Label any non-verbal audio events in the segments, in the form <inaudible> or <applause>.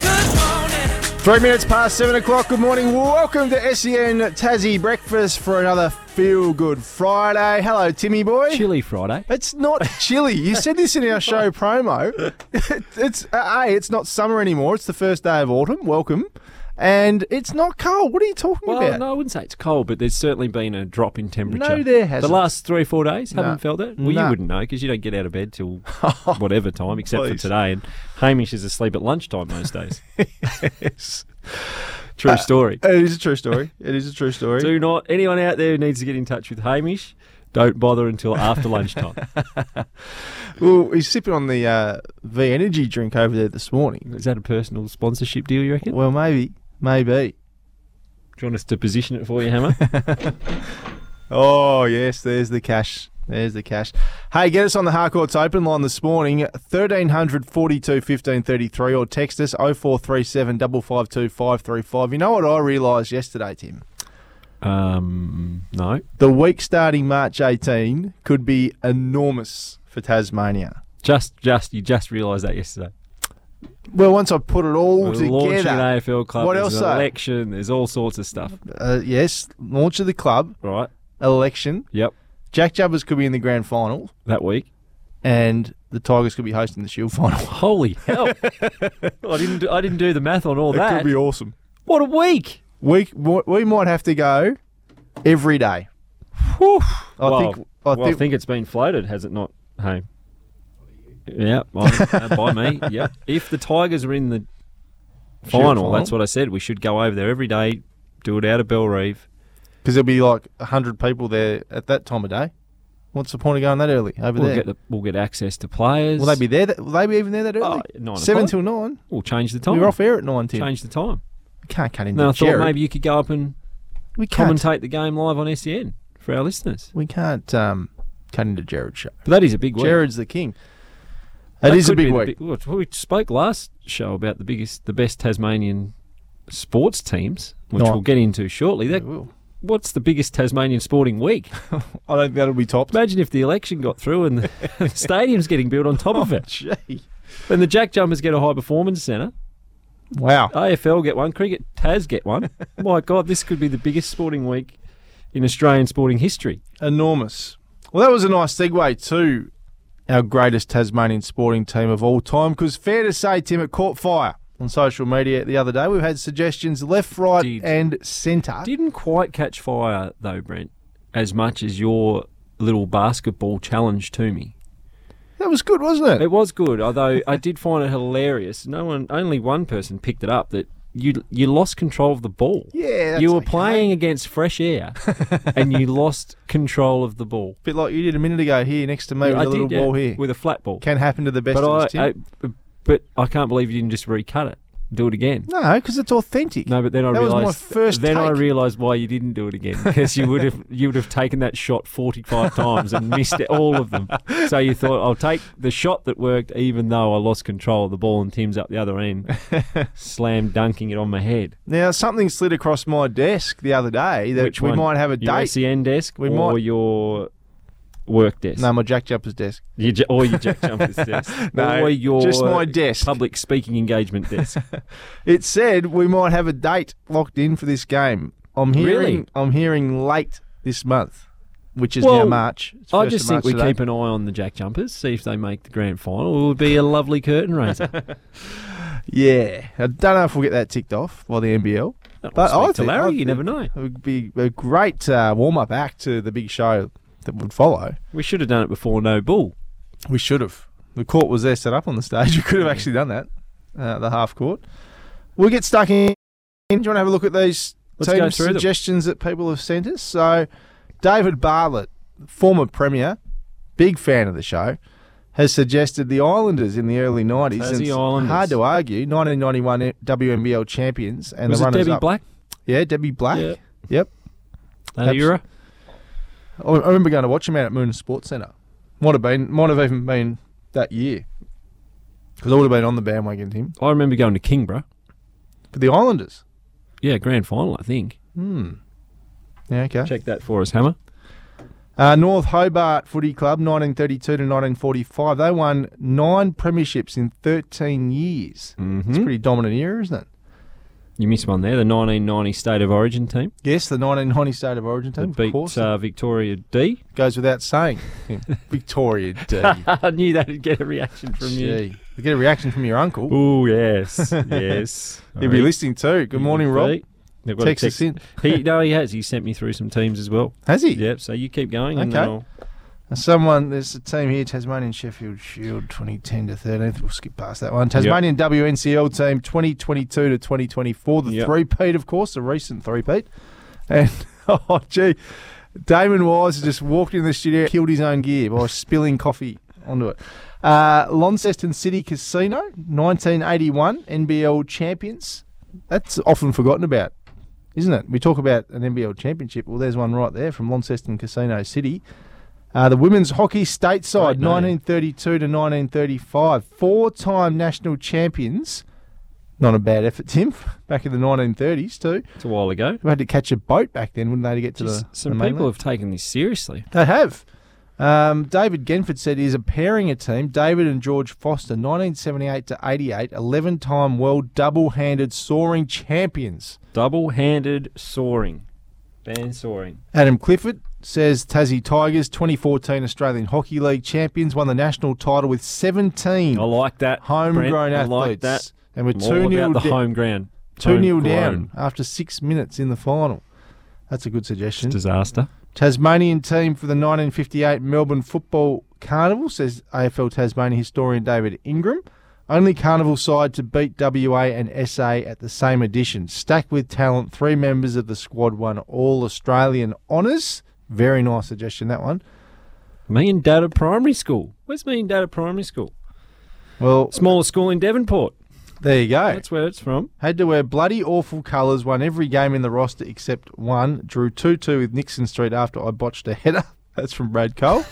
Three minutes past seven o'clock. Good morning. Welcome to SEN Tassie Breakfast for another Feel Good Friday. Hello, Timmy boy. Chilly Friday. It's <laughs> not chilly. You said this in our show promo. <laughs> It's uh, a. It's not summer anymore. It's the first day of autumn. Welcome, and it's not cold. What are you talking Well, about? no, I wouldn't say it's cold, but there's certainly been a drop in temperature. No, there hasn't. The last three, four days, No. haven't felt it. Well, No. you wouldn't know because you don't get out of <laughs> bed till whatever time, except for Please. today. And Hamish is asleep at lunchtime <laughs> most days. True Uh, story. It is a true story. It is a true story. Do not, anyone out there who needs to get in touch with Hamish, don't bother until <laughs> after lunchtime. Well, he's sipping on the uh, V Energy drink over there this morning. is that a personal sponsorship deal, you reckon? Well, maybe, maybe. Do you want us to position it for <laughs> you, Hammer? Oh yes, there's the cash. There's the cash. Hey, get us on the Harcourts Open line this morning, 1300 42 1533, or text us 0437 552 535. You know what I realised yesterday, Tim? um, no. The week starting March 18 could be enormous for Tasmania. Just, just, you just realised that yesterday. Well, once I put it all We're launching an together. AFL club. What there's else, An though? election. There's all sorts of stuff. Uh, yes, launch of the club, Right. election. Yep. Jack Jubbers could be in the grand final, That week. and the Tigers could be hosting the Shield final. <laughs> Holy <laughs> hell! I didn't. Do, I didn't do the math on all It that. could be awesome. what a week! We we might have to go every day. I Well, think I well, think, it's been floated, has it not? Hey. Yeah. I- <laughs> uh, by me. Yeah. If the Tigers were in the final, final. that's what I said. We should go over there every day. Do it out of Belrive. because there'll be like hundred people there at that time of day. What's the point of going that early over We'll there? get the, we'll get access to players. will they be there? That, will they be even there that early? Oh, nine Seven o'clock. till nine. We'll change the time. We were off air at nine. Tim. Change the time. We can't cut into No, I Jared. thought maybe you could go up and we can't. commentate the game live on SEN for our listeners. we can't um, cut into Jared's show. But that is a big week. Jared's the king. That is a could big be the week. big- look, we spoke last show about the biggest, the best Tasmanian sports teams, which No. we'll get into shortly. That, will. what's the biggest Tasmanian sporting week? <laughs> I don't think that'll be topped. Imagine if the election got through and the, <laughs> the stadium's getting built on top of <laughs> it. Gee. And the Jack Jumpers get a high performance centre. Wow. AFL get one. Cricket Taz get one. <laughs> My God, this could be the biggest sporting week in Australian sporting history. Enormous. Well, that was a nice segue to our greatest Tasmanian sporting team of all time. Because fair to say, Tim, it caught fire on social media the other day. We've had suggestions left, right, Did. and centre. Didn't quite catch fire though, Brent, as much as your little basketball challenge to me. That was good, wasn't it? It was good, although I did find it hilarious. No one, only one person picked it up that you you lost control of the ball. Yeah, that's you were okay. playing against fresh air, <laughs> and you lost control of the ball. bit like you did a minute ago here next to me with I a little did, yeah, ball here. with a flat ball. Can happen to the best but of I, us, Tim. I- but I can't believe you didn't just recut it, do it again. no, because it's authentic. No, but then I that realized. was my first. then I take. realized why you didn't do it again because you would have you would have taken that shot forty five times and missed it, all of them. So you thought I'll take the shot that worked, even though I lost control of the ball and Tim's up the other <laughs> end, slam dunking it on my head. now something slid across my desk the other day that Which we one? might have a Your date. SEN desk We or might- your work desk. no, my Jack Jumper's desk. Your j- or your <laughs> Jack Jumpers desk. No, or your just my desk. public speaking engagement desk. It said we might have a date locked in for this game. I'm hearing Really? I'm hearing late this month, which is now Well, March. It's I first just of think March we today. keep an eye on the Jack Jumpers, see if they make the grand final. It would be a lovely curtain raiser. Yeah, I don't know if we'll get that ticked off by the NBL, but I Speak to think Larry, I you think never know. it would be a great uh, warm up act to the big show that would follow. We should have done it before No Bull. We should have. The court was there set up on the stage. <laughs> We could have actually done that. Uh, the half court. We'll get stuck in. Do you want to have a look at these Let's team go through them. suggestions that people have sent us? So, David Bartlett, former premier, big fan of the show, has suggested the Islanders in the early nineties. Tassie It's Islanders. Hard to argue. Nineteen ninety one WNBL champions and Was the it runners Debbie up. Black? Uh, Yeah, Debbie Black. Yeah. Yep. That Abs- era? I I remember going to watch him out at Moon Sports Centre. Might have been, might have even been that year, because I would have been on the bandwagon with him. I remember going to Kingborough. But the Islanders, Yeah, grand final, I think. yeah, okay. Check that for us, Hammer. Uh, North Hobart Footy Club, 1932 to 1945. They won nine premierships in 13 years. Mm-hmm. It's a pretty dominant era, isn't it? You missed one there. The 1990 State of Origin team Yes, the 1990 State of Origin team, that of course. beat uh, Victoria <laughs> D. goes without <laughs> saying. Victoria D. I knew that'd get a reaction from you. Gee. You get a reaction from your uncle. Oh yes, <laughs> yes. He'll be listening too. Good morning, Rob. They've Text us in. He no, he has. He sent me through some teams as well. Has he? Yep. So you keep going. And Okay. then I'll- Someone, there's a team here, Tasmanian Sheffield Shield, 2010 to 13th. We'll skip past that one. Tasmanian WNCL team, 2022 to 2024. The Yep. three-peat, of course, the recent three-peat. And, <laughs> oh, gee, Damon Wise just walked in the studio, killed his own gear by spilling coffee onto it. Uh, Launceston City Casino, 1981, NBL champions. That's often forgotten about, isn't it? We talk about an NBL championship. Well, there's one right there from Launceston Casino City. Uh, the women's hockey stateside, Great name. 1932 to 1935. Four time national champions. Not a bad effort, Tim. <laughs> Back in the 1930s, too. It's a while ago. We had to catch a boat back then, wouldn't they, to get to Just the. some the people mainland? have taken this seriously. They have. Um, David Genford said he's a pairing a team. David and George Foster, 1978 to 88, 11 time world double handed soaring champions. Double-handed soaring, ban soaring. Adam Clifford says Tassie Tigers, 2014 Australian Hockey League champions, won the national title with 17 I like that. homegrown Brent. athletes. I like that. And we're I'm 2 all 0 about the da- home ground. 2 nil Homegrown. down after six minutes in the final. That's a good suggestion. Disaster. Tasmanian team for the 1958 Melbourne Football Carnival, says AFL Tasmania historian David Ingram. Only Carnival side to beat WA and SA at the same edition. Stacked with talent, three members of the squad won All Australian honours. Very nice suggestion, that one. Me and Dad at primary school. Where's me and Dad at primary school? Well, Smallest school in Devonport. there you go. That's where it's from. Had to wear bloody awful colours, won every game in the roster except one. Drew 2 2 with Nixon Street after I botched a header. <laughs> That's from Brad Cole.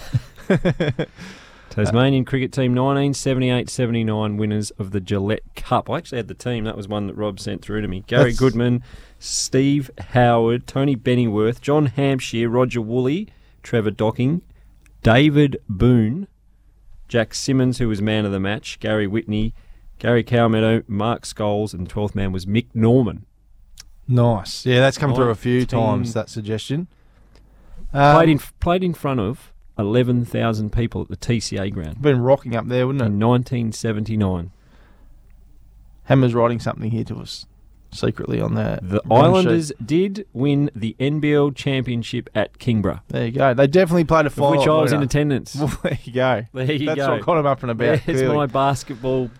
Tasmanian cricket team 1978-79 winners of the Gillette Cup. I actually had the team. That was one that Rob sent through to me. Gary That's- Goodman, Steve Howard, Tony Bennyworth, John Hampshire, Roger Woolley, Trevor Docking, David Boone, Jack Simmons, who was man of the match, Gary Whitney, Gary Cowmeadow, Mark Scholes, and 12th man was Mick Norman. Nice. Yeah, that's come through a few 19. times, that suggestion. Um, played, in, played in front of 11,000 people at the TCA ground Been rocking up there, wouldn't it? in 1979. Hammer's writing something here to us secretly on the The run Islanders sheet. did win the NBL championship at Kingborough, There you go. They definitely played a of final. which I was in winner. attendance. Well, <laughs> there you go. There you That's go. what got him up and about. There's clearly. my basketball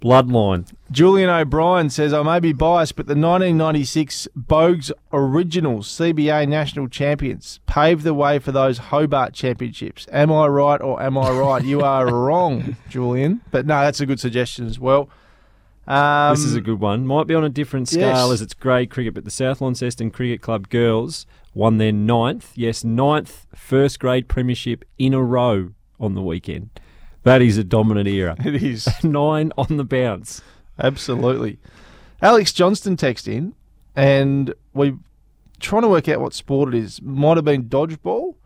bloodline. Julian O'Brien says, I may be biased, but the 1996 Bogues original CBA national champions paved the way for those Hobart championships. Am I right or am I right? you <laughs> are wrong, Julian. But no, that's a good suggestion as well. Um, this is a good one. Might be on a different scale yes. as it's grade cricket, but the South Launceston Cricket Club girls won their ninth, yes, ninth first grade premiership in a row on the weekend. That is a dominant era. <laughs> <laughs> It is. Nine on the bounce. Absolutely. Alex Johnston text in, and we're trying to work out what sport it is. Might have been dodgeball,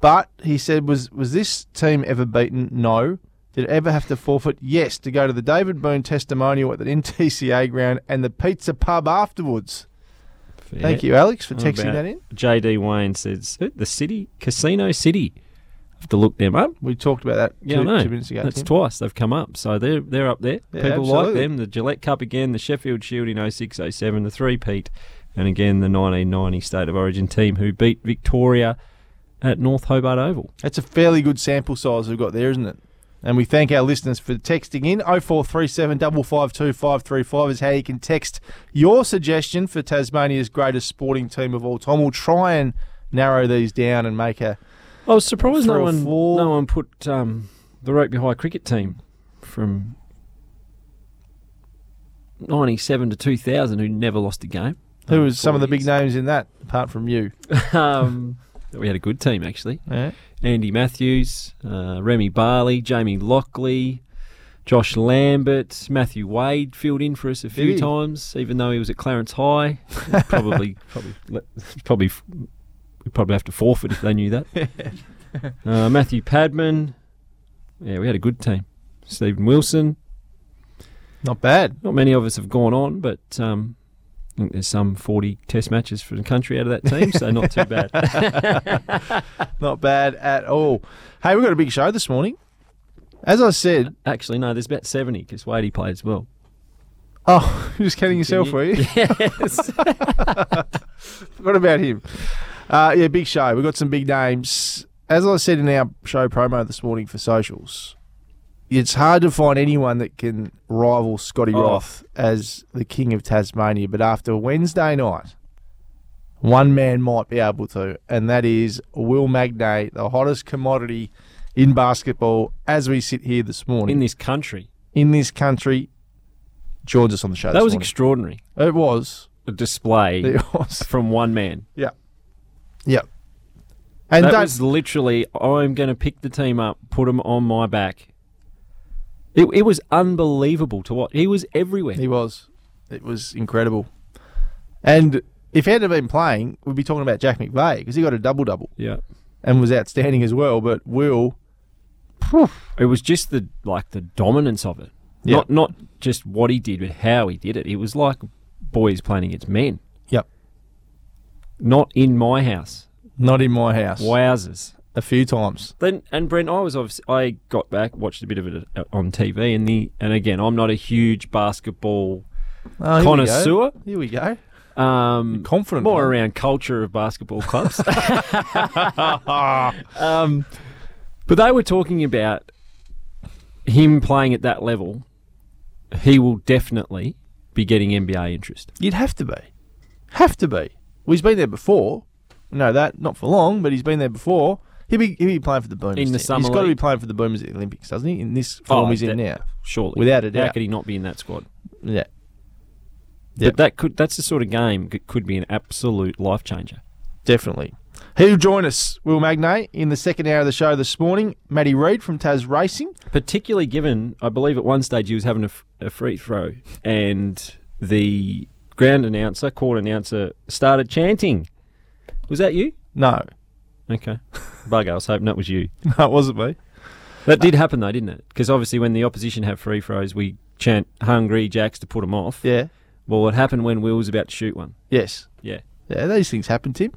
but he said, "Was was this team ever beaten? No. Did it ever have to forfeit? Yes. To go to the David Boone testimonial at the <laughs> NTCA ground and the pizza pub afterwards. Thank you, Alex, for texting that in. JD Wayne says the city, Casino City. to look them up. We talked about that Yeah, two, I know. two minutes ago. That's Tim. twice they've come up, so they're they're up there. Yeah, People like absolutely. them. The Gillette Cup again, the Sheffield Shield in 06, 07, the three peat, and again the 1990 State of Origin team who beat Victoria at North Hobart Oval. That's a fairly good sample size we've got there, isn't it? And we thank our listeners for texting in. 0437 552 535 is how you can text your suggestion for Tasmania's greatest sporting team of all time. We'll try and narrow these down and make a. I was surprised Three no or one four. no one put um, the Rugby High cricket team from 97 to 2000 who never lost a game. Um, Who was some of the big names? names in that, apart from you? <laughs> um, we had a good team actually. Yeah. Andy Matthews, uh, Remy Barley, Jamie Lockley, Josh Lambert, Matthew Wade filled in for us a Did few he? times, even though he was at Clarence High. <laughs> probably, probably, let- probably, we probably have to forfeit if they <laughs> knew that. uh, Matthew Padman, yeah, we had a good team. Stephen Wilson. Not bad. Not many of us have gone on, but um, I think there's some 40 Test matches for the country out of that team, so not <laughs> too bad. Not bad at all. Hey, we've got a big show this morning. As I said, Actually, no, there's about 70 because Wadey played as well. oh, <laughs> you're just kidding yourself, you- were you? <laughs> Yes. <laughs> What about him? Uh, yeah, big show. We've got some big names. As I said in our show promo this morning for socials, it's hard to find anyone that can rival Scotty Oh. Roth as the king of Tasmania. But after Wednesday night, one man might be able to, and that is Will Magnay, the hottest commodity in basketball as we sit here this morning in in, this country. this country. Joins us on the show. That this was morning. extraordinary. it was. <laughs> A display <laughs> It was. from one man. Yeah. Yeah. And that don't- was literally, I'm going to pick the team up, put them on my back. It, it was unbelievable to watch. He was everywhere. He was. It was incredible. And if he hadn't been playing, we'd be talking about Jack McVeigh because he got a double double yeah. and was outstanding as well. But Will, It was just the like the dominance of it. Yeah. Not not just what he did, but how he did it. It was like boys playing against men. yep, Not in my house. not in my house. Wowzers. A few times. Then and Brent, I was obviously, I got back, watched a bit of it uh, on TV, and the and again, I'm not a huge basketball Oh, here we go. connoisseur. Here we go. Um, Confident. more one. around culture of <laughs> basketball clubs. um, but they were talking about him playing at that level. He will definitely be getting NBA interest. You'd have to be. Have to be. Well, he's been there before. No, that not for long, but he's been there before. He'll be, he'll be playing for the Boomers. In the team. summer He's got to be league. playing for the Boomers at the Olympics, doesn't he? In this form Oh, he's in that- now. Surely, Without a How doubt. could he not be in that squad? Yeah. Yep. But that could—that's the sort of game that could be an absolute life changer. Definitely. He'll join us, Will Magnay, in the second hour of the show this morning. Matty Reid from Taz Racing. particularly given I believe at one stage he was having a, f- a free throw and the ground announcer, court announcer started chanting. Was that you? No, <laughs> Okay. <laughs> Bug, I was hoping that was you. no, it wasn't me. That did happen though, didn't it? Because obviously when the opposition have free throws, we chant hungry jacks to put them off. Yeah. Well, it happened when Will was about to shoot one. Yes. Yeah. Yeah, these things happen, Tim.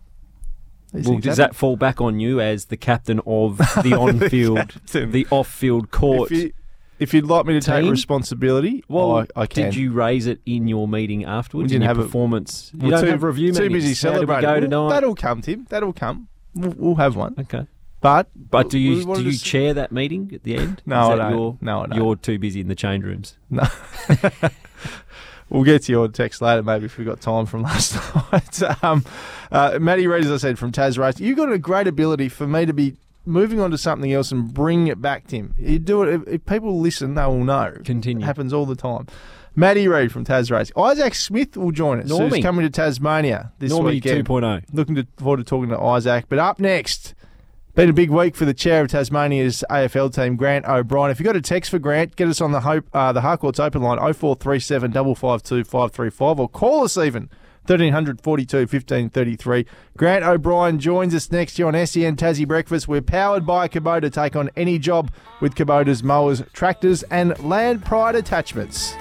These Well, things does happen. that fall back on you as the captain <laughs> of the on-field, captain. <laughs> the off-field court? If, you, if you'd like me to take Team? responsibility, Well, I, I can. did you raise it in your meeting afterwards? We in didn't your have a- performance. We're you don't too, have review Too meetings. busy How celebrating. do Well, we go tonight? That'll come, Tim. That'll come. We'll, we'll have one. Okay, But but do we you wanted do to you s- chair that meeting at the end? No, Is I that don't. Your, No, I don't. You're too busy in the change rooms. No. we'll get to your text later, maybe if we've got time from <laughs> last night. Um, uh, Matty Reid, as I said, from Taz Race, you've got a great ability for me to be moving on to something else and bring it back, Tim. You do it. If, if people listen, they will know. It Continue. happens all the time. Matty Reid from Taz Race. Isaac Smith will join us. Who's Normie. coming to Tasmania this Normie oh. weekend. 2.0. Looking to, forward to talking to Isaac. But up next, been a big week for the chair of Tasmania's AFL team, Grant O'Brien. If you got a text for Grant, get us on the Hope uh, the Harcourt's open line 0437 552 535 or call us even 1342 1533. Grant O'Brien joins us next year on SEN Tassie Breakfast. We're powered by Kubota. Take on any job with Kubota's mowers, tractors, and land pride attachments.